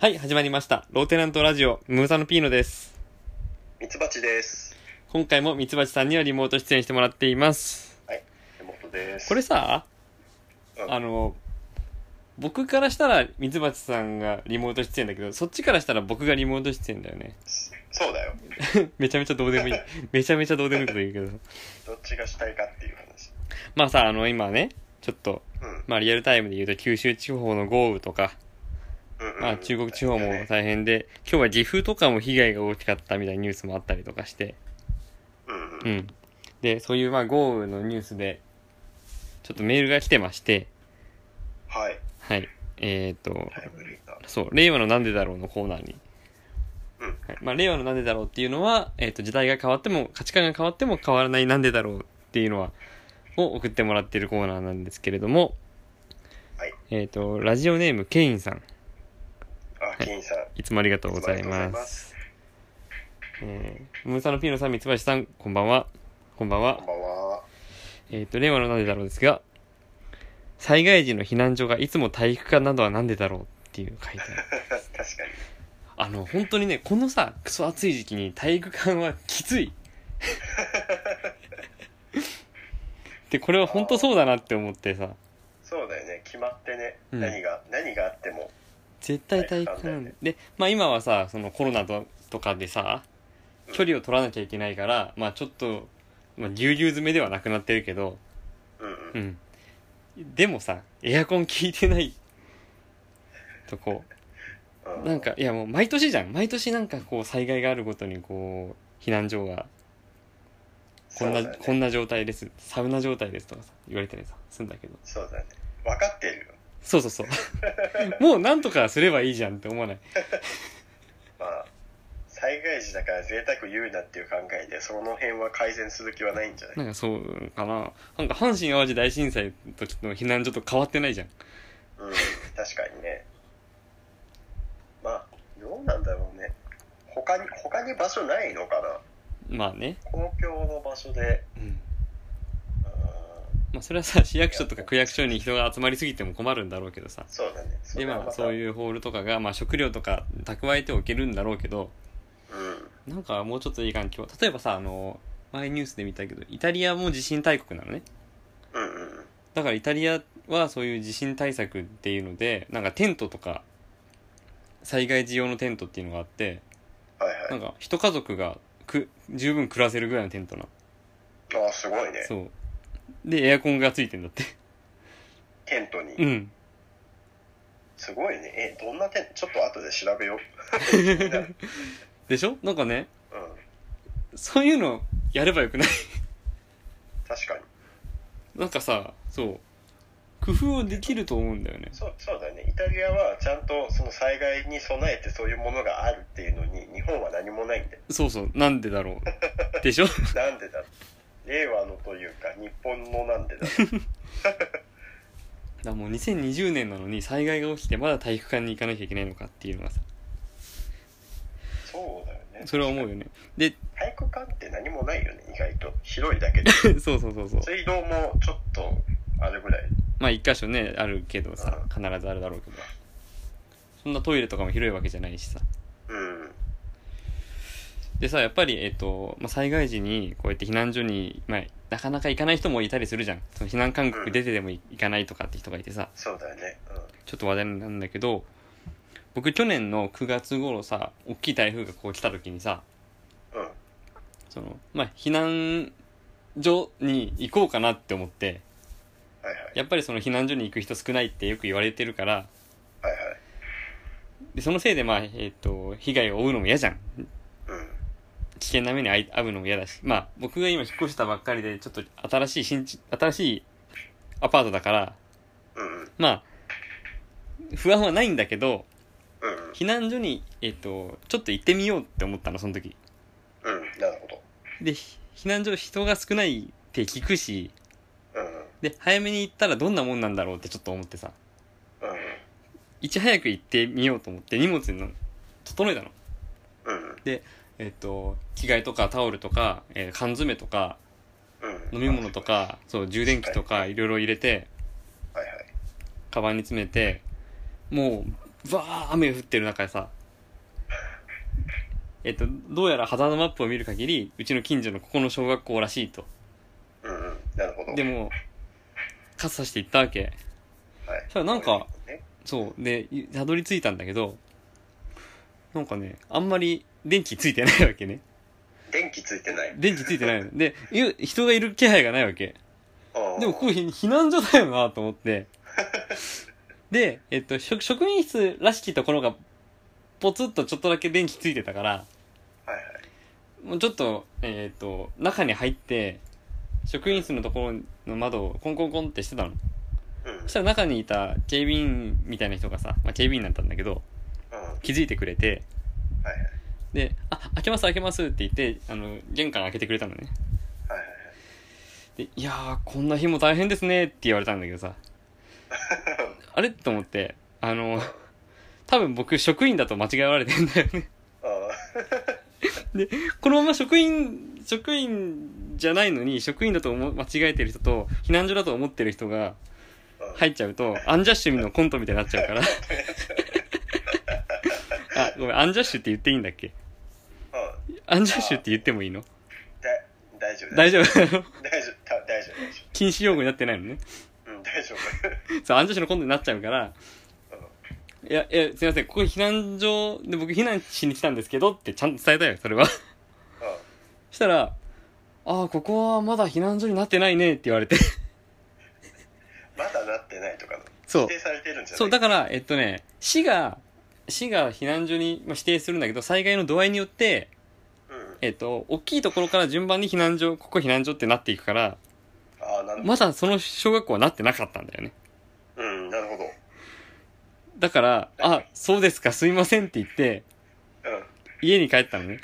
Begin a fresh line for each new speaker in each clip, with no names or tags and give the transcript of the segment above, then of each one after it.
はい、始まりました。ローテナントラジオ、ムーサのピーノです。
ミツバチです。
今回もミツバチさんにはリモート出演してもらっています。
はい。根本です。
これさ、
うん
あの、僕からしたらミツバチさんがリモート出演だけど、そっちからしたら僕がリモート出演だよね。
そうだよ。
めちゃめちゃどうでもいい。めちゃめちゃどうでもいいこと言うけど。
どっちがしたいかっていう話。
まあさ、あの、今ね、ちょっと、
うん。
まあリアルタイムで言うと九州地方の豪雨とか、
うんうん
まあ中国地方も
ね
大変で、今日は岐阜とかも被害が大きかったみたいなニュースもあったりとかして、
うんう。
うんん。で、そういうまあ豪雨のニュースで、ちょっとメールが来てまして、
はい。
はい。えっ、と、
タイムリーだ。
そう、令和のなんでだろうのコーナーに。
うん。
はい、まあ、令和のなんでだろうっていうのは、えっ、と、時代が変わっても、価値観が変わっても変わらないなんでだろうっていうのは、を送ってもらってるコーナーなんですけれども、
はい。
えっ、と、ラジオネーム、ケインさん。
あ、金さん。
いつもありがとうござい
いつもありがとう
ま。
ございます
えー、ムーサのピーノさん、ミツバチさん、こんばんは。こんばんは
こん。ばんは。
えっ、と、令和のなんでだろうですが、災害時の避難所がいつも体育館などはなんでだろうっていう書いてあ る。
確かに。
あの、本当にね、このさ、クソ暑い時期に体育館はきつ い。で、これは本当そうだなって思ってさ、
そうだよね。決まってね。
うん
何が、何があっても。
絶対体育館なんだよで、まあ今はさ、そのコロナととかでさ、距離を取らなきゃいけないから、まあちょっと、まあぎゅうぎゅう詰めではなくなってるけど、
うんう。
うんん。でもさ、エアコン効いてないとこ、
う
なん。か、いやもう毎年じゃん。毎年なんかこう災害があるごとにこう、避難所が、こんな、
そうだね
こんな状態です。サウナ状態ですとかさ、言われたりさ、すんだけど。
そうだね。分かってるよ。
そうそうそう。もう なんとかすればいいじゃんって思わない。
まあ。災害時だから贅沢言うなっていう考えで、その辺は改善する気はないんじゃない
なんかそうかな。なんか阪神淡路大震災の時の避難所と変わってないじゃん。
うん、確かにね。まあ、どうなんだろうね。他に、他に場所ないのかな
まあね。
公共の場所で、
うん。
うん、
まあそれはさ、市役所とか区役所に人が集まりすぎても困るんだろうけどさ。
そうだね。
でまあそう
う。
いうホールとかが、まあ、食料とか蓄えておけるんだろうけど
うん。
なんかもうちょっといい環境例えばさあの前ニュースで見たけどイタリアも地震大国なのね
うんうん。
だからイタリアはそういう地震対策っていうのでなんかテントとか災害時用のテントっていうのがあって
はい
な
は
んか一家族がく十分暮らせるぐらいのテントなの
い。ああ、すごいね。
そうでエアコンがついてんだって
テントに。
うん
すごいね。え、どんなテントちょっと後で調べよ
でしょなんかね
う。うん。
そういうのやればよくない
確かに。
なんかさ、そう。工夫をできると思うんだよね。
そう、そうだね。イタリアはちゃんとその災害に備えてそういうものがあるっていうのに、日本は何もないんだよ。
そうそう、なんでだろう。でしょ
なんでだろう令和のというか、日本のなんでだろう
だもう2020年なのに災害が起きてまだ体育館に行かなきゃいけないのかっていうのがさ、
そうだよね。
それは思うよね。で、
体育館って何もないよね、意外と。広いだけで。
そうそうそうそう。
水道もちょっと、あれぐらい。
まあ一箇所ね、あるけどさ
う、ん
必ずあるだろうけど。そんなトイレとかも広いわけじゃないしさ。
うん。
でさ、やっぱり、えっ、と、まあ、災害時にこうやって避難所に、まあ、なかなか行かない人もいたりするじゃん。その避難勧告出てでも行かないとかって人がいてさ。
そうだよね。う
ちょっと話題なんだけど僕去年の9月頃さ大きい台風がこう来た時にさ
ん。うん。
そのまあ避難所に行こうかなって思って
はいはい。
やっぱりその避難所に行く人少ないってよく言われてるから
はいはい。
でそのせいでまあえっ、と被害を負うのも嫌じゃん
うん。
危険な目に遭い遭うのも嫌だしまあ僕が今引っ越したばっかりでちょっと新しい新地新しいアパートだから
うんうん。
まあ不安はないんだけど
うん
避難所に、えっとちょっと行ってみようって思ったのその時。
うん。うん。なるほど。
で、ひ避難所人が少ないって聞くし、
うんうん。
で、早めに行ったらどんなもんなんだろうってちょっと思ってさ、
うん
いち早く行ってみようと思って荷物の、整えたの。
うん。うん
えっと、着替えとかタオルとか、えー缶詰とか、
うん。
飲み物と。か、そう、充電器とかいろいろ入れて、
はいはい。
カバンに詰めて、もう、バー雨が降ってる中でさ、えっと、どうやらハザードマップを見る限り、うちの近所のここの小学校らしいと。
うんうん。なるほど。
でも、傘さして行ったわけ。
はい、
それなんか
ね
そう。で、いたどり着いたんだけど、なんかね、あんまり電気ついてないわけね。
電気ついてない。
電気ついてないの。で、ゆ人がいる気配がないわけ。
ああ
でも、ここひ避難所だよなと思って。で、えっと、職職員室らしきところが、ポツッとちょっとだけ電気ついてたから、
はいはい。
もうちょっと、えっと、中に入って、職員室のところの窓をコンコンコンってしてたの。
うん。うん
そしたら中にいた警備員みたいな人がさ、まあ、警備員だったんだけど、
はい
気づいてくれて、
はい。
で、あ、開けます開けますって言って、あの、玄関開けてくれたのね。
はいはい
で、いやー、こんな日も大変ですねって言われたんだけどさ、あれと思って、あの、多分僕職員だと間違えられてんだよね。
あ
このまま職員、職員じゃないのに、職員だと思う間違えてる人と、避難所だと思ってる人が
あうん
入っちゃうと、アンジャッシュのコントみたいになっちゃうから。あ、ごめん、アンジャッシュって言っていいんだっけ
うん
アンジャッシュって言ってもいいの
だ大丈夫
大
丈
丈夫
夫大丈夫た大丈夫大丈
禁止用語になってないのね。
夫うん大丈夫
そう、アンジャッシュのコントになっちゃうから、
うん
いや、いや、すいません、ここ避難所で僕避難しに来たんですけどってちゃんと伝えたよ、それは。
うん
そしたら、ああ、ここはまだ避難所になってないねって言われて。
まだなってないとかの
そう
指定されてるんじゃない
そう、だから、えっとね、市が、市が避難所にまあ指定するんだけど、災害の度合いによって、
うん
えっと、大きいところから順番に避難所、ここ避難所ってなっていくから、
ああなるほ
まだその小学校はなってなかったんだよね。
どうんなるほど
だから、あ、そうですか、すいませんって言って、家に帰ったのね。
うん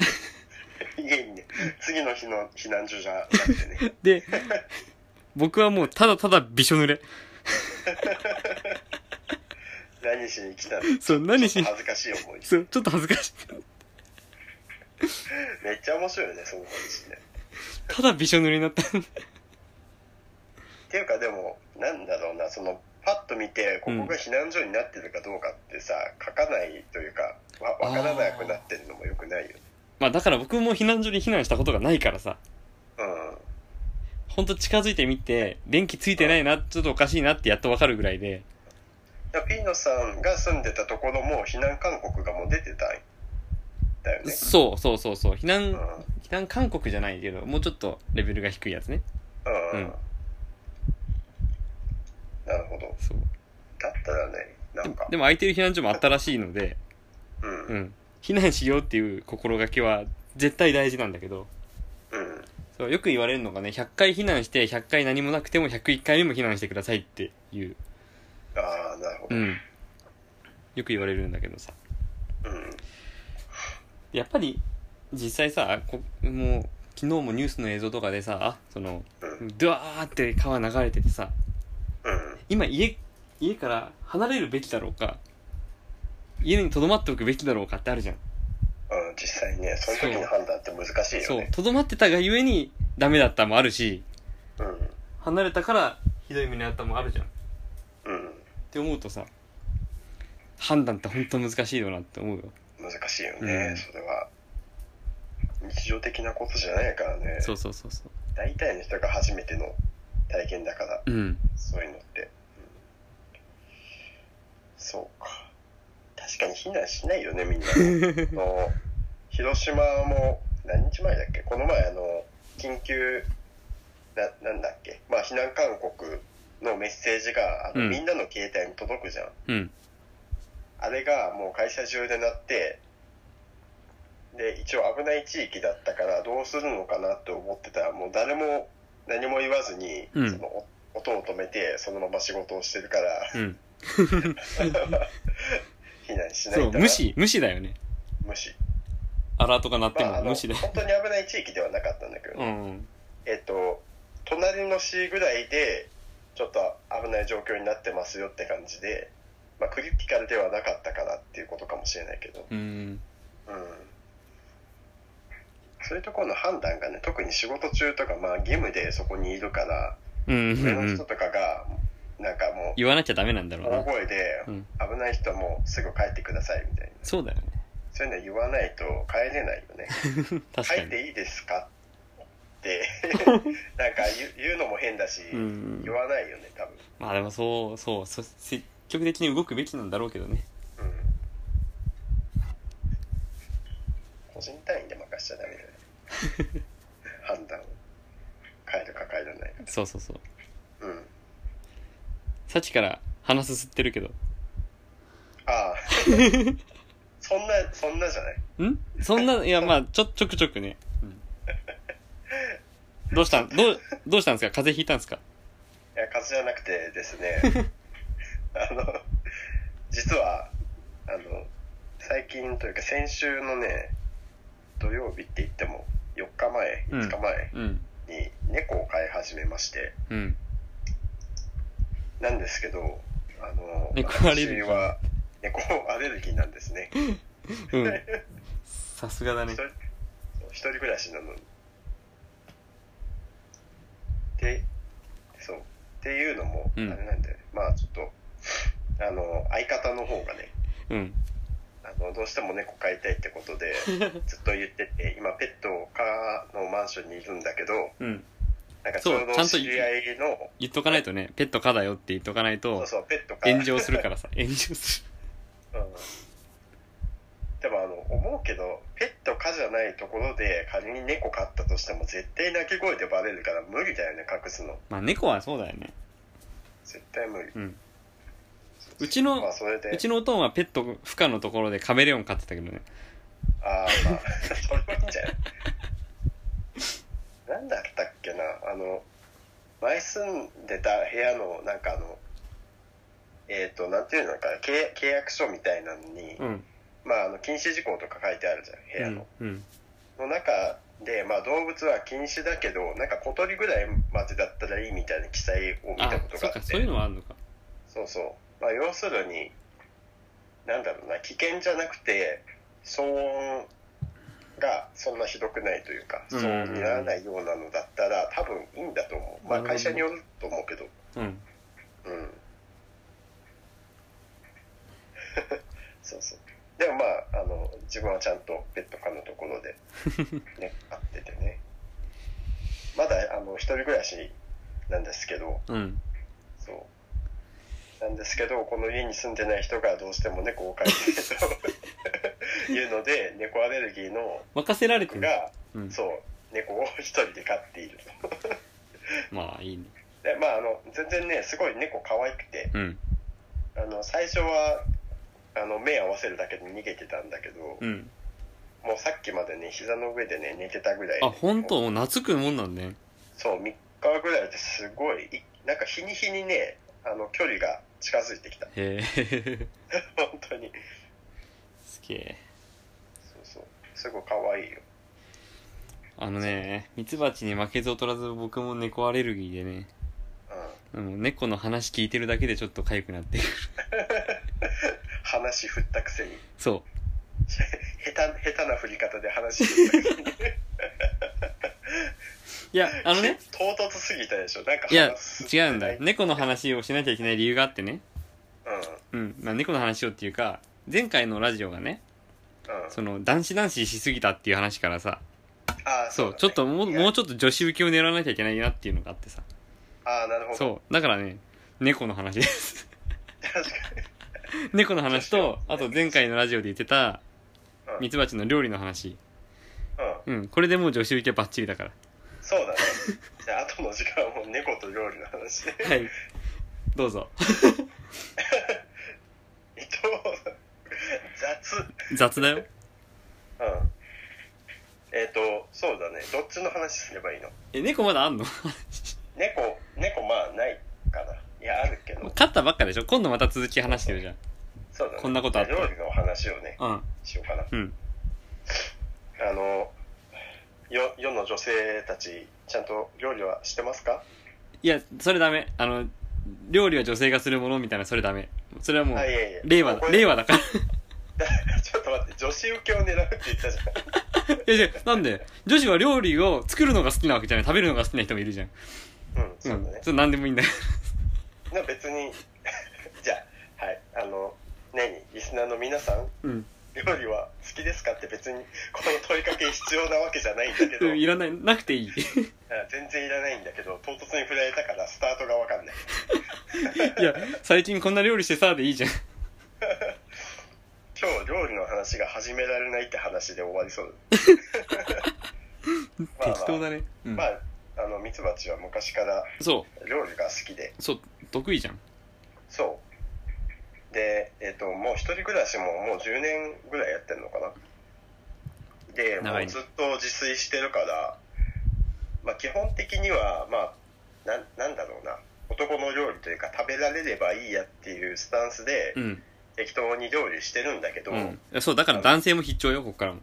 家にね次の日の避難所じゃなくて ね
で、僕はもうただただびしょ濡れ。
何しに来たの
そう、何し
恥ずかしい思い
そう、ちょっと恥ずかしい。
めっちゃ面白いねその話ね
ただびしょ濡れになった。
っていうかでもなんだろうなそのパッと見てここが避難所になってるかどうかってさ、書かないというかわわからなくなってるのもよくないよね
まあだから僕も避難所に避難したことがないからさ、
うん
ほんと近づいてみて、電気ついてないな、ちょっとおかしいなってやっとわかるぐらいで、
だからピーノさんが住んでたところも避難勧告がもう出てたんだよね。
そうそうそうそう、避
う
難、
ん。
避難勧告じゃないけど、もうちょっとレベルが低いやつね。
うん。
うん
なるほど。
そう。
だったらね、なんか
で、も空いてる避難所もあったらしいので、
うん。う。
うんん。避難しようっていう心がけは絶対大事なんだけど、そうよく言われるのがね、100回避難して、100回何もなくても101回目も避難してくださいっていう。
ああ、なるほ
う
ど。
ん。よく言われるんだけどさ。
うん。
やっぱり、実際さ、こもう、昨日もニュースの映像とかでさ、その、
うん。
ドワーって川流れててさ、
うん。
今家、家から離れるべきだろうか、家に留まっておくべきだろうかってあるじゃん。
うん、実際ね、その時の判断って難しいよ
そう
ね。、
留まってたがゆえにダメだったもあるし、
う
離れたからひどい目に遭ったもあるじゃん。っ
ん。うん。
て思うとさ、判断って本当難しいよなって思うよ。
難しいよね、
うん
それは。日常的なことじゃないからね。
そうそうそうそ
大体の人が初めての体験だから。
う。うん。
そういうのって。うんそうか。確かに避難しないよね、みんな。 あの広島も何日前だっけこの前、あの、緊急、な、なんだっけまあ、避難勧告のメッセージが、あの
うん
みんなの携帯に届くじゃん。
うん。
あれがもう会社中で鳴って、で、一応危ない地域だったからどうするのかなって思ってたら、もう誰も何も言わずに、
うん
そのお音を止めて、そのまま仕事をしてる から、
うん。
避難しない
そ
ん
う、
だな
無。視、無視だよね。
無視。
アラートが鳴って
まあ、あ
も
の、
無視
本
だよ。
当に危ない地域ではなかったんだけど、
うん。
えっと、隣の市ぐらいで、ちょっと危ない状況になってますよって感じで、まあ、クリティカルではなかったからっていうことかもしれないけど、
うん。
うんそういうところの判断がね、特に仕事中とか、まあ義務でそこにいるから、
うん。う
上の
ん
人とかが、なんかもう
言わなきゃダメなんだろう
大
な
声で
うん
危ない人はもうすぐ帰ってくださいみたいな
そうだよね
そういうの言わないと帰れないよね
確
入
か
っ
に
ていいですかって なんか言う言うのも変だし、
うんうん
言わないよね多分、
まあでもそうそうそ積極的に動くべきなんだろうけどね
うん、個人単位で任しちゃダメだよね判断を変えるか変えらない
そうそうそう
かうん
さっきから鼻すすってるけど
ああ そんなそんなじゃない
んそんないやまあちょちょくちょくね、うん、どうしたんどうどうしたんですか風邪ひいたんですか
いや風邪じゃなくてですね あの実はあの最近というか先週のね土曜日って言っても4日前
うん
5日前
うん
に猫を飼い始めまして、
うん
なんですけどあの
猫アレルギー
私は猫アレルギーなんですね
うんさすがだ
一
ね
人一人暮らしなのにでそうっていうのも
う
あれ
ん
なんで、まあちょっとあの相方の方がね
うん
あのどうしても猫飼いたいってこと でずっと言ってて今ペットをカーのマンションにいるんだけど
うん
なんかち
そう
ょう
ちゃ
ど
んと
知り合いの
言っとかないとねペットかだよって言っとかない
そ
と
うそうペットか
炎上するからさ 炎上す
うんでもあの思うけどペットかじゃないところで仮に猫飼ったとしても絶対鳴き声でバレるから無理だよね隠すの
るまあ猫はそうだよね
絶対無理
うんうちの
まあそれで
うちのおとんはペット不可のところでカメレオン飼ってたけどね
ああま あそれはいいんじゃないなんだったっけなあの前住んでた部屋のなんかあのえっ、となんていうのかな契契約書みたいなのに、
うん
まああの禁止事項とか書いてあるじゃん部屋の、
うん
の中でまあ動物は禁止だけどなんか小鳥ぐらいまでだったらいいみたいな記載を見
あ
たこと
そ
が
っ
あ
か
っ
そういう
て
のはあるのか
そうそうまあ要するになんだろうな危険じゃなくて騒音がそんなひどくないというか
うん
騒音にならないようなのだったら多分いいんだと思うまあ
うん
会社によると思うけど
うん
うん そうそうでもまああの自分はちゃんとペット可のとこ ろで、ね、飼っててねまだあの一人暮らしなんですけど
うん
そう。なんですけど、この家に住んでない人がどうしても猫を飼いたい というので、猫アレルギーの
任せられてる
僕が、
うん
そう、猫を一人で飼っていると。
まあいいね
で、まあ、あの、全然ね、すごい猫可愛くて、
うん
あの、最初は、あの、目合わせるだけで逃げてたんだけど、
うん
もうさっきまでね、膝の上でね、寝てたぐらいで。
あ本当もう懐くもんなんだね
そう、3日ぐらいですごい、いなんか日に日にね、あの、距離が近づいてきた。
へえ
本当に。
すげえ
そうそう。すごい可愛いよ。
あのねミツバチに負けず劣らず僕も猫アレルギーでね
うん。
うん猫の話聞いてるだけでちょっと痒くなってくる
話振ったくせに
そ
下手下手な振り方で話振ったくせに
ういやあのね
唐突すぎたでしょなんか
い や
話す
違うんだ
うん
猫の話をしなきゃいけない理由があってねうん、まあ、猫の話をっていうか前回のラジオがね
うん
その男子男子しすぎたっていう話からさ
ああ
そう
だね
ちょっともう
いや
もうちょっと女子受けを狙わなきゃいけないなっていうのがあってさ
ああなるほど
そうだからね猫の話です
確かに
猫の話とあと前回のラジオで言ってた
うん
ミツバチの料理の話
うん
うんこれでもう女子受けバッチリだから
そうだねじゃあ後の時間はもう猫と料理の話で
はいどう ぞ
伊藤さん雑うん
雑だよ
えっ、とそうだねどっちの話すればいいの
え猫まだあんの
猫猫まあないかないやあるけど
勝ったばっかでしょ今度また続き話してるじゃん
そうだね
こんなことあった
料理の話をね
うん
しようかな
うん
あのよ世の女性たちちゃんと料理はしてますか
いやそれダメあの料理は女性がするものみたいなそれダメそれはもう
あいやいや
令和だ
これ
令和だから
ちょっと待って女子受けを狙うって言ったじゃん
いやいやなんで女子は料理 を作るのが好きなわけじゃない食べるのが好きな人もいるじゃん
うんそううんだ
ちょ
ね
っ、と何でもいいんだよ
な別に じゃあはいあのねにリスナーの皆さん
うん
料理は好きですかって別にこの問いかけ必要なわけじゃないんだけ ど
うんいらないなくてい いい
全然いらないんだけど唐突に振られたからスタートが分かんない
や最近こんな料理してさでいいじゃん
今日料理の話が始められないって話で終わりそうだまあまあ
適当だね、うん
まああのミツバチは昔から
そ
料理が好きで
うそう得意じゃん
そうでえっ、ともう一人暮らしももう10年ぐらいやってんのかなでも
長いうね
ずっと自炊してるから、まあ、基本的にはまあなんなんだろうな男の料理というか食べられればいいやっていうスタンスで
うん、
適当に料理してるんだけど、
うん、いやそうだから男性も必聴よこっからも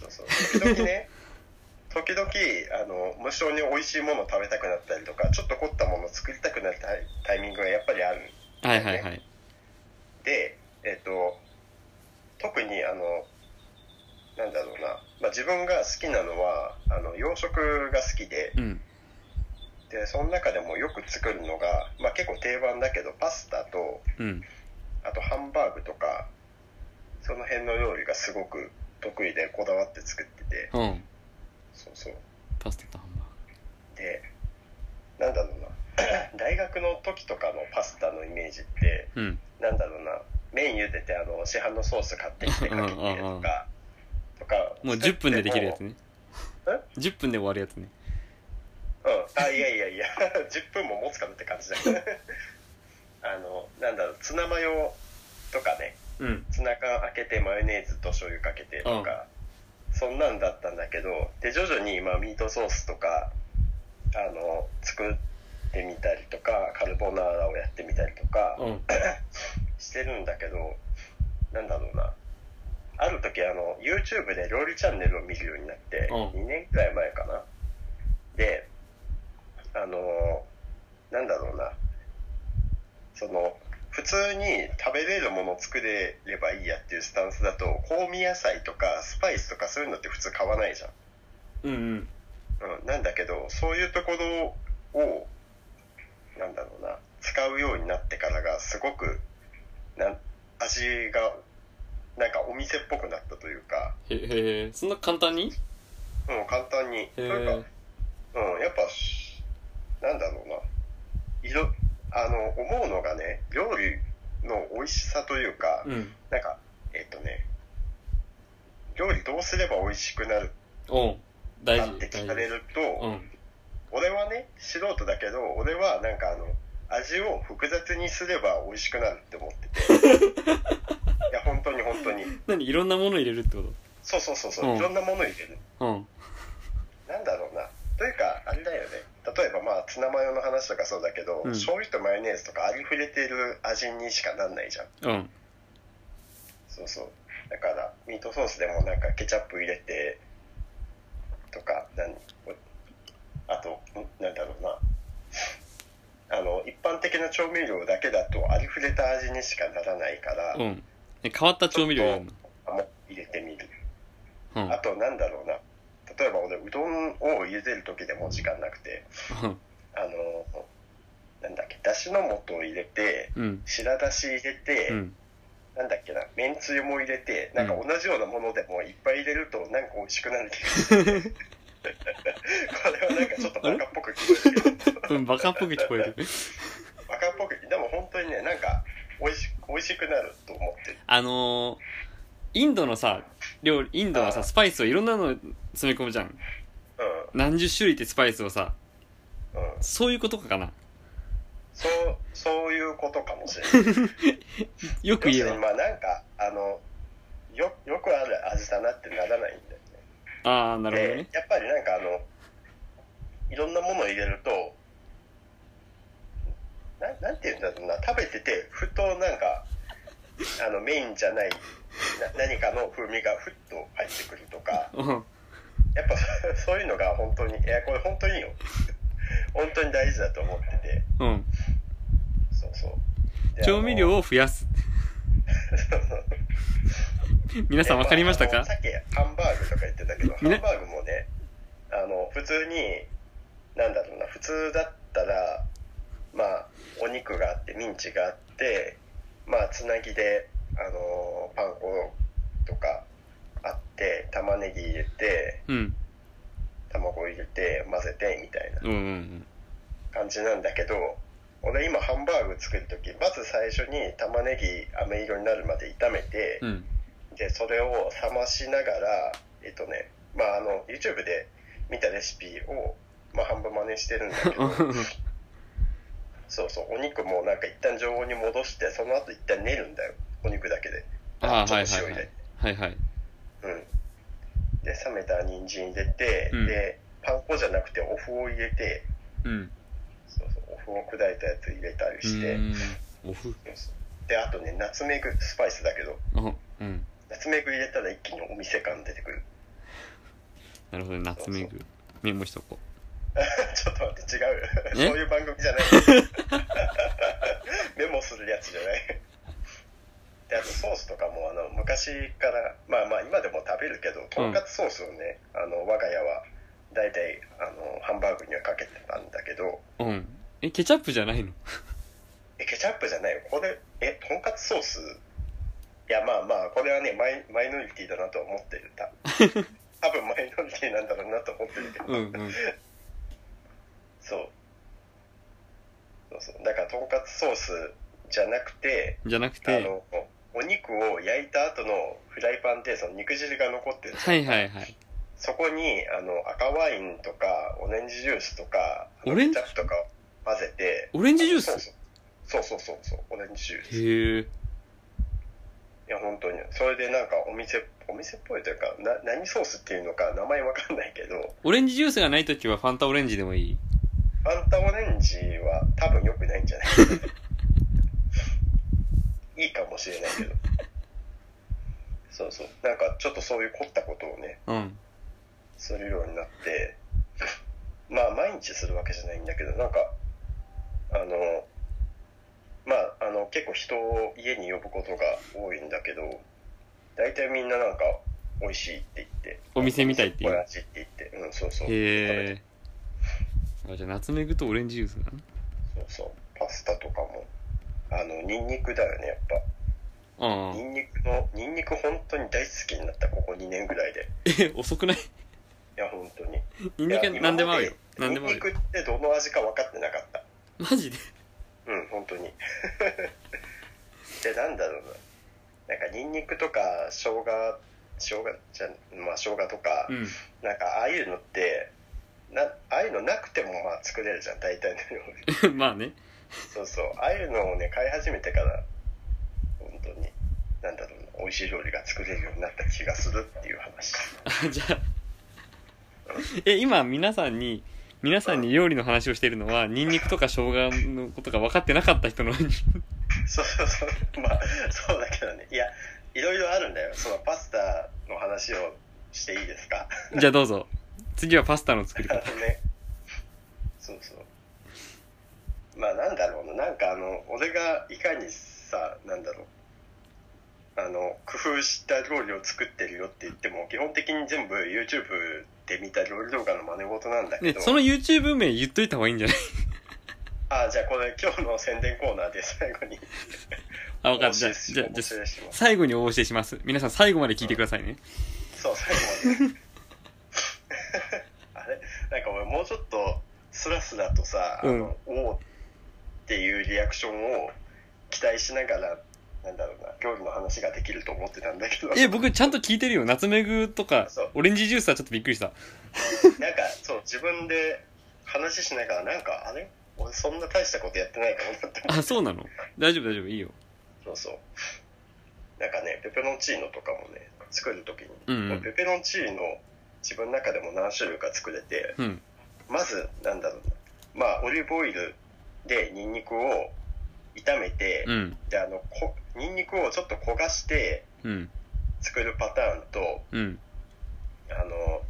そうそう時々ね 時々あの無性に美味しいもの食べたくなったりとかちょっと凝ったもの作りたくなったタイミングがやっぱりあるん
はいはいはい
でえっ、と特にあのなんだろうな、まあ、自分が好きなのはあの洋食が好きで
うん
でその中でもよく作るのが、まあ、結構定番だけどパスタと
うん
あとハンバーグとかその辺の料理がすごく得意でこだわって作ってて
うん
そうそう
パスタとハンバー
でなん だろうな大学の時とかのパスタのイメージって
グうん
なんだろうな麺茹でてあの市販のソース買ってきてかけて
うんうんう
と
ん
かとか
もう10分でできるやつね
え
10分で終わるやつね
うんあいやいやいや 10分も持つかなって感じだ あのなんだろうツナマヨとかね
うん
ツナ缶開けてマヨネーズと醤油かけてとか、そんなんだったんだけどで徐々に、まあ、ミートソースとかあの作ってみたりとかカルボナーラをやってみたりとか
うん
してるんだけどなんだろうなある時あの YouTube で料理チャンネルを見るようになって、
う
2年くらい前かなであのなんだろうなその普通に食べれるものを作れればいいやっていうスタンスだと香味野菜とかスパイスとかそういうのって普通買わないじゃ
う
ん、
んうん
うん、なんだけどそういうところをなんだろうな使うようになってからがすごくなん味がなんかお店っぽくなったというか、
へへえそんな簡単に
うん、簡単にと
へ
いうか
え
うん、やっぱし、なんだろうな、いろ、あの、思うのがね、料理の美味しさというか、
うん
なんか、えっ、とね、料理どうすれば美味しくなる
おん大
か
事
って
大
聞
事
かれると、
うん
俺はね、素人だけど、俺はなんかあの、味を複雑にすれば美味しくなるって思ってて。 いや、本当に本当に。
何いろんなもの入れるってこ
そうそうそうそう、
うん
いろんなもの入れる。
とうん
なんだろうな。というか、あれだよね。例えば、まあ、ツナマヨの話とかそうだけど、
うん
醤油とマヨネーズとかありふれてる味にしかなんないじゃん。
うん
そうそう。だから、ミートソースでもなんかケチャップ入れて、とか、何おあと、んなんだろうな。あの、一般的な調味料だけだとありふれた味にしかならないから、
うんえ変わった調味料やる
あもう入れてみる。
の
あと、なんだろうな。例えば俺、うどんを茹でる時でも時間なくて、
うん
あの、なんだっけ、だしの素を入れて、
うん
白だし入れて、
うん
なんだっけな、めんつゆも入れて、なんか
う
同じようなものでもいっぱい入れると、なんか美味しくなる気がして。 これはなんかちょっとバカっぽく聞こえるけど、
うんバカっぽく聞こえる
バカっぽく、でも本当にね、なんか美味し美味しくなると思ってる。
あのー、インドのさ料理インドはさ
あー
スパイスをいろんなの詰め込むじゃん
う
何十種類ってスパイスをさ
ん、うん。
そういうことかな
そう、そういうことかもしれ ない。
よく
要
言
す
え
るに、
ば
まあなんか、あの、よ、よくある味だなってならないんだよね。
ああなるほど
で
ね
やっぱりなんかあのいろんなものを入れるとななんていうんだろうな食べててふとなんかあのメインじゃないな何かの風味がふっと入ってくるとか
うん
やっぱ そそういうのが本当にいやこれ本当にいいよ本当に大事だと思ってて
うん
そうそうで
調味料を増や す
あの
皆さん分かりました
いや
か
あのさっきハンバーグとか言ってたけど、ハン
み
バ
な
ーグもね、あの、普通に、なんだろうな、普通だったら、まあ、お肉があってミンチがあってまあつなぎであのーパン粉とかあって玉ねぎ入れて
うん
卵入れて混ぜてみたいな
うんうんうん
感じなんだけど俺今ハンバーグ作る時まず最初に玉ねぎ飴色になるまで炒めて、
うん
でそれを冷ましながらえっとねまああの YouTube で見たレシピを、まあ、半分真似してるんだけど そうそうお肉もなんか一旦常温に戻してその後一旦練るんだよお肉だけで
ああ
ち
は
ょ
い
っと
はい
塩入
は
れ
いはいはい
うんで冷めた人参入れて、
うん
でパン粉じゃなくてお麩を入れて
うん
そうそうお麩を砕いたやつ入れたりして、
うーんおふ
そうそうであとねナツメグスパイスだけど
あうん
ナツメグ入れたら一気にお店感出てくる
なるほどナツメグメモしとこ
ちょっと待って違う
え
そういう番組じゃない メモするやつじゃないであとソースとかもあの昔からまあまあ今でも食べるけどとんかつソースをね、あの我が家は大体あのハンバーグにはかけてたんだけど
ううんえケチャップじゃないの
えケチャップじゃないよこれえとんかつソースいやまあまあこれはねマイマイノリティだなとは思ってるた多分マイノリティなんだろうなと思ってるけど、
うんうん
そうそうそうだからとんかつソースじゃなくて
じゃなく
あ
て
のお肉を焼いた後のフライパンでその肉汁が残ってるじゃん
はいはいはい
そこにあの赤ワインとかオレンジジュースとかあの
オレンジ
ケチャップとかを混ぜて
オレンジジュー
そう
ス
そうそうそうそうそうオレンジジュース
へえ
いや本当にそれでなんかお店お店っぽいというかな何ソースっていうのか名前わかんないけど
オレンジジュースがない時はファンタオレンジでもいい
ファンタオレンジは多分良くないんじゃない いいかもしれないけどそうそうなんかちょっとそういう凝ったことをね
うん
するようになってまあ毎日するわけじゃないんだけどなんかあのまああの結構人を家に呼ぶことが多いんだけど大体みんななんか美味しいって言って
お店みたいっていう
お味って言ってうんそうそう
へえじゃあナツメグとオレンジジュースなの
そうそうパスタとかもあのニンニクだよねやっぱ
あ
ニ
あ
ンニクのニンニク本当に大好きになったここ2年ぐらいで
え遅くない
いや本当に
ニンニク
いや
何でも合うよ
今
何
まで
でも合う
ニンニ
よ
クってどの味か分かってなかった
マジで
うん本当に でなんだろうななんかニンニクとか生姜生姜じゃまあ生姜とか、
うん
なんかああいうのってなああいうのなくてもまあ作れるじゃん大体の料理
まあね。
そうそうああいうのをね買い始めてから本当になんだろうな美味しい料理が作れるようになった気がするっていう話
あじゃ あ。え、今皆さんに、皆さんに料理の話をしているのは、ニンニクとか生姜のことが分かってなかった人の
そうそうそう まあそうだけどねいやいろいろあるんだよそのパスタの話をしていいですか
じゃあどうぞ。次はパスタの作り
あの
方。
ねそうそうまあなんだろうななんかあの俺がいかにさなんだろうあの工夫した料理を作ってるよって言っても基本的に全部 YouTube で見た料理動画の真似事なんだけ
ね
ど、、
その YouTube 名言っといた方がいいんじゃない
あじゃあこれ今日の宣伝コーナーで最後に
あ、分かった。じゃあ、
お知
じゃ
ら
あ、
せ
じゃあ
お知らせします
最後にお教えします。皆さん最後まで聞いてくださいね。
そう最後まで あれなんか俺もうちょっとスラスラとさ「あのおーっていうリアクションを期待しながらなんだろ うな料理の話ができると思ってたんだけど
え、僕ちゃんと聞いてるよ。ナツメグとか
そう、
オレンジジュースはちょっとびっくりした。
なんかそう自分で話しながらなんかあれ俺そんな大したことやってないかもなって思って
あ、そうなの大丈夫大丈夫、いいよ。
そうそうなんかねペペロンチーノとかもね作る時に、
うんうん
ペペロンチーノ自分の中でも何種類か作れて、
うん。
まずなんだろうなまあオリーブオイルでニンニクを炒めて、
うん。
であのこニンニクをちょっと焦がして
うん。
作るパターンと
うん。
あの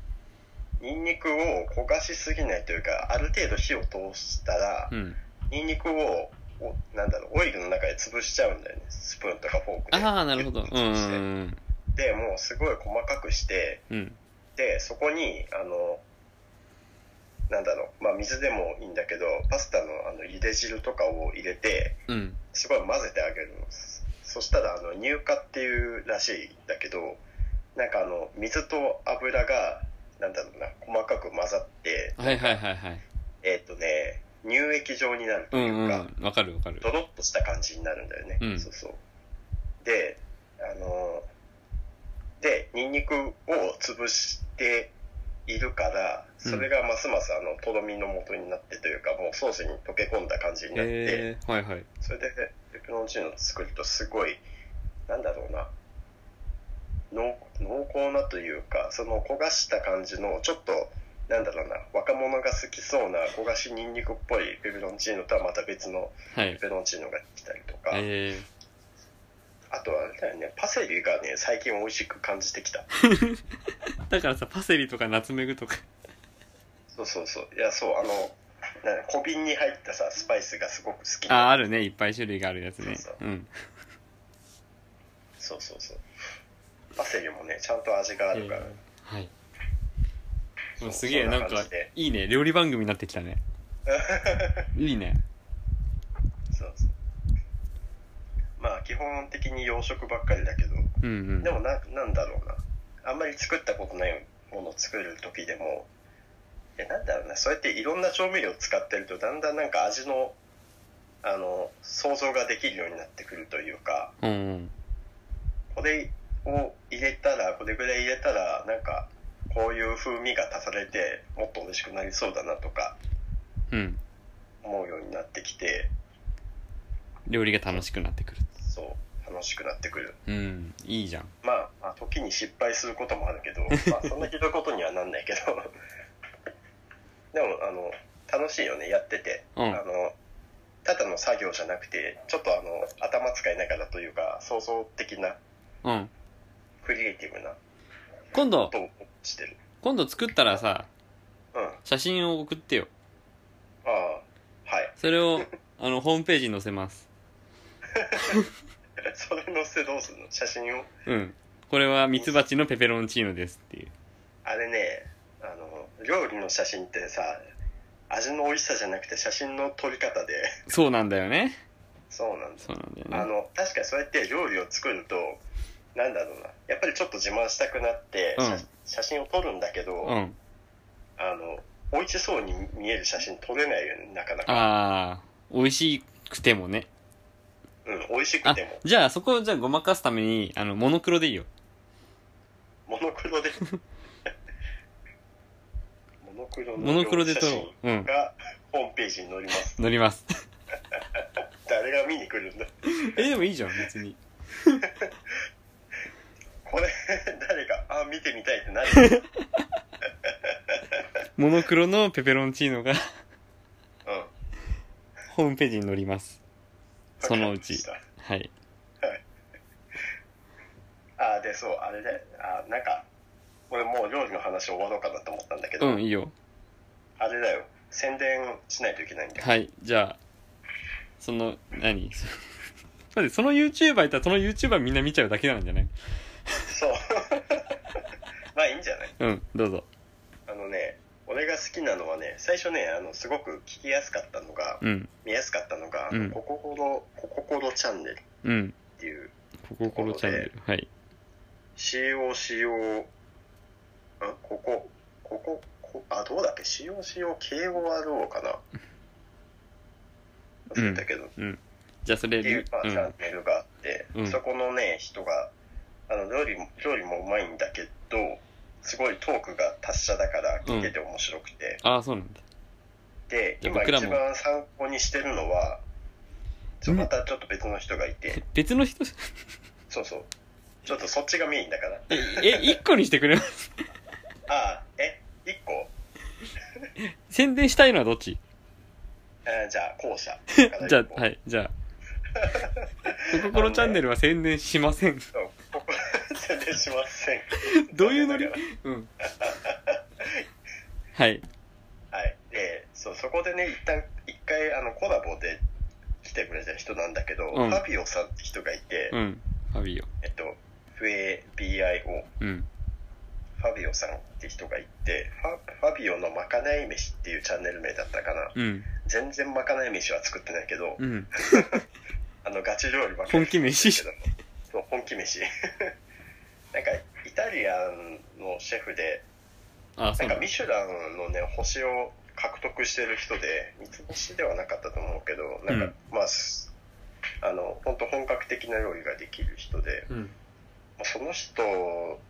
ニンニクを焦がしすぎないというかある程度火を通したら、
うん。
ニンニクをおなんだろうオイルの中で潰しちゃうんだよねスプーンとかフォークで
ああ、なるほど。
ギ
う
ュッ
んう
と潰して
ん
でもうすごい細かくして
うん。うん。
でそこにあのなんだろう、まあ、水でもいいんだけどパスタのあの茹で汁とかを入れて
うん
すごい混ぜてあげるのそしたらあの乳化っていうらしいんだけどなんかあの水と油がなんだろうな細かく混ざって
はいはいはいはい
えっ、とね乳液状になると
う
い
んう
うんか、
わかるわかる
ドロッとした感じになるんだよね、
うん
そうそうであのーでニンニクを潰しているからそれがますますあのとろみの元になってというかもうソースに溶け込んだ感じになって、
えー、はいはい
それでペペロンチーノ作るとすごいなんだろうな濃濃厚なというかその焦がした感じのちょっとなんだろうな若者が好きそうな焦がしニンニクっぽいペペロンチーノとはまた別の
はい
ペペロンチーノが来たりとか、
え
あとはあれだよねパセリがね最近美味しく感じてきた
ー、だからさパセリとかナツメグと か
そうそうそういやそうあのなんか小瓶に入ったさスパイスがすごく好き
ああるねいっぱい種類があるやつね
そう
う
そ
ん
そうそうそうパセリもねちゃんと味があるから、
えーはい
そう
すげえ
そん
な
なん
か
感じで
いいね料理番組になってきた ねいいね
そうそうまあ基本的に洋食ばっかりだけど
うんうん
でもななんだろうなあんまり作ったことないものを作る時でもいやなんだろうなそうやっていろんな調味料を使ってるとだんだんなんか味のあの想像ができるようになってくるというか
うんうん
これを入れたらこれぐらい入れたらなんかこういう風味が足されてもっと美味しくなりそうだなとか
うん
思うようになってきて
料理が楽しくなってくる
そう楽しくなってくる
うんいいじゃん
まあ、まあ、時に失敗することもある けど、まあ、そんなひどいことにはなんないけど、 でも、あの、楽しいよね、やってて。
うん
あの、ただの作業じゃなくて、ちょっとあの、頭使いながらというか、創造的な、
うん
クリエイティブな
今
こ
度
とをしてる。
今度作ったらさ
うん。あ
写真を送ってよ
あ、はい。
それをあのホームページに載せます
それ載せてどうするの写真を
うんこれはミツバチのペペロンチーノですっていう
あれね、あの、料理の写真ってさ、味の美味しさじゃなくて写真の撮り方で、
そうなんだよね
そうなんだ
そうなんだよね
あの確かにそうやって料理を作るとなんだろうなやっぱりちょっと自慢したくなって、
うん
写写真を撮るんだけど、
うん
あの美味しそうに見える写真撮れないよねなかなか、
ああ美味しくてもね
うん、美味しく
あ
ても
じゃあそこをじゃあごまかすためにあのモノクロでいいよ
モノクロ でモノクロ
モノクロ
の
で
写
撮ろ
真
ううん
がホームページに載ります
乗ります
誰が見に来るんだ
えでもいいじゃん別に
これ 誰かあ見てみたいってな る、
モノクロのペペロンチーノが
うん、
ホームページに載ります そのうちはい
あでそうあれだよあなんか俺もう料理の話終わろうかなと思ったんだけど、
うんいいよ
あれだよ宣伝しないといけないんだよ
はいじゃあその何 待ってその YouTuber いたらその YouTuber みんな見ちゃうだけなんじゃない
そう まあいいんじゃない
うんどうぞ
あのね俺が好きなのはね最初ねあのすごく聞きやすかったのが、
うん
見やすかったのが「あ
うん
のコココロコココロチャンネル」っ
うん
ていう
コココロチャンネルはい
COCO あこここここあどうだっけ COCOKORO かな忘れたけど、
うんじゃあそれ
っていう、まあ、
う
チャン
ん
ネルがあって、
うん
そこのね人があの料理も料理もうまいんだけどすごいトークが達者だから聞いてて面白くて、
ああそうなんだ
で
じゃあ
今
僕らも
一番参考にしてるのはちょ
うん
またちょっと別の人がい て、
え別の人
そうそうちょっとそっちがメイン だから
ええ一個にしてくれます
ああえ一1個
宣伝したいのはどっち
あじゃあ後者
じゃあはいじゃあコココロチャンネルは宣伝しません
そうこ こ宣伝しません
どういうノリ
残念ながら
うんはい
はい、でそうそこでね一旦一回あのコラボで来てくれた人なんだけど、
うん
ファビオさんって人がいて、
うんファビオ
えっとフェ BIO
うん
フファビオさんって人がいて、ファファビオのまかない飯っていうチャンネル名だったかな。
うん。
全然まかない飯は作ってないけど、
うん。
あの、ガチ料理ばっかり作ってるけど。そう、本気飯。 なんか、イタリアンのシェフで、
あ、
な
そ
ん
う
か
な
ミ
の
シュランのね、星を獲得してる人で、三つ星ではなかったと思うけど、なんか、
うん
まあ、すあの、本当本格的な料理ができる人で、
うん。
まあその人、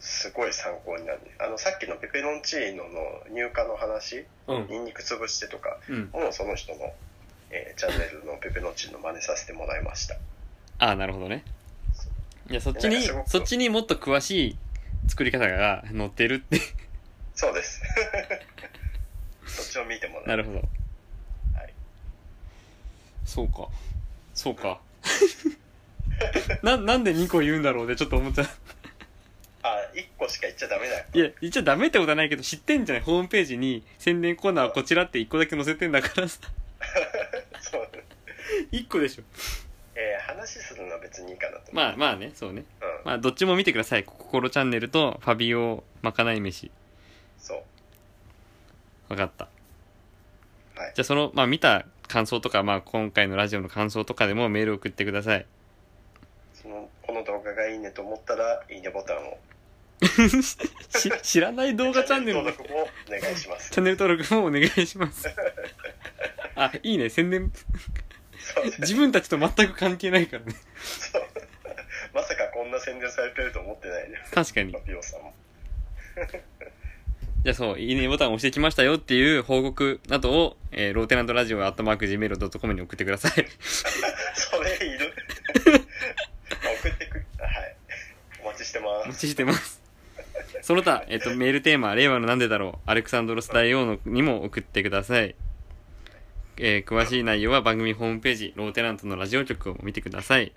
すごい参考になるね。あの、さっきのペペロンチーノの乳化の話、
うん。
ニンニク潰してとか、
うん。
もうその人の、えーチャンネルのペペロンチーノ真似させてもらいました。
あ、なるほどね。いや、そっちに
なんかすご、く
そっちにもっと詳しい作り方が載ってるって。
そう です。 そっちを見ても
な
らう。
るほど。
はい。
そうか。そうか。 な、なんで2個言うんだろうね、ちょっと思っちゃう。
あ、1個しか言っちゃダメだ。
いや、言っちゃダメってことはないけど、知ってんじゃないホームページに宣伝コーナーはこちらって1個だけ載せてんだ からさ。
そう。
1個でしょ。
えー話するのは別にいいかなと思う。
まあまあね、そうね。
うん。
まあ、どっちも見てください。ココロチャンネルとファビオまかない飯。
そう。
わかった。
はい。
じゃあその、まあ見た感想とか、まあ今回のラジオの感想とかでもメール送ってください。
その、この動画がいいねと思ったら、いいねボタンを。
し知らない動画チャンネルの
登録もお願いします。
チャンネル登録もお願いし ます。あ、いいね、宣伝。
そう
自分たちと全く関係ないからね。
そう。まさかこんな宣伝されてると思ってないね。
確かに。
パピオさんも。
じゃあそう、いいねボタンを押してきましたよっていう報告などを、えーローテナントラジオアットマーク Gmail.com に送ってくださ い。
それいる まあ送ってくる。はい。お待ちしてま
お
す。
待ちしてます。その他、えっ、と、メールテーマ、令和のなんでだろう、アレクサンドロス大王のにも送ってください。えー詳しい内容は番組ホームページ、ローテナントのラジオ局を見てください。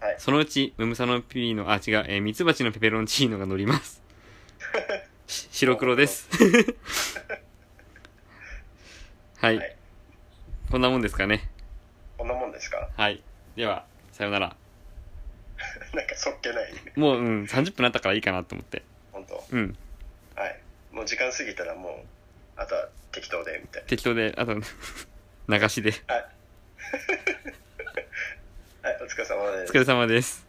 はい
そのうち、ムムサノピーの、あ、違う、えーミツバチのペペロンチーノが乗ります。し白黒です。はい、
はい
こんなもんですかね。
こんなもんですか
はい。では、さようなら。
なんかそっけない。
もう、うん、30分なったからいいかなと思って。
本当。
うん。
はい。もう時間過ぎたらもう、あとは適当で、みたい
適当で、あと、 流しで。
な。はい。はい、お疲れ様で
お
す
疲。れ様です。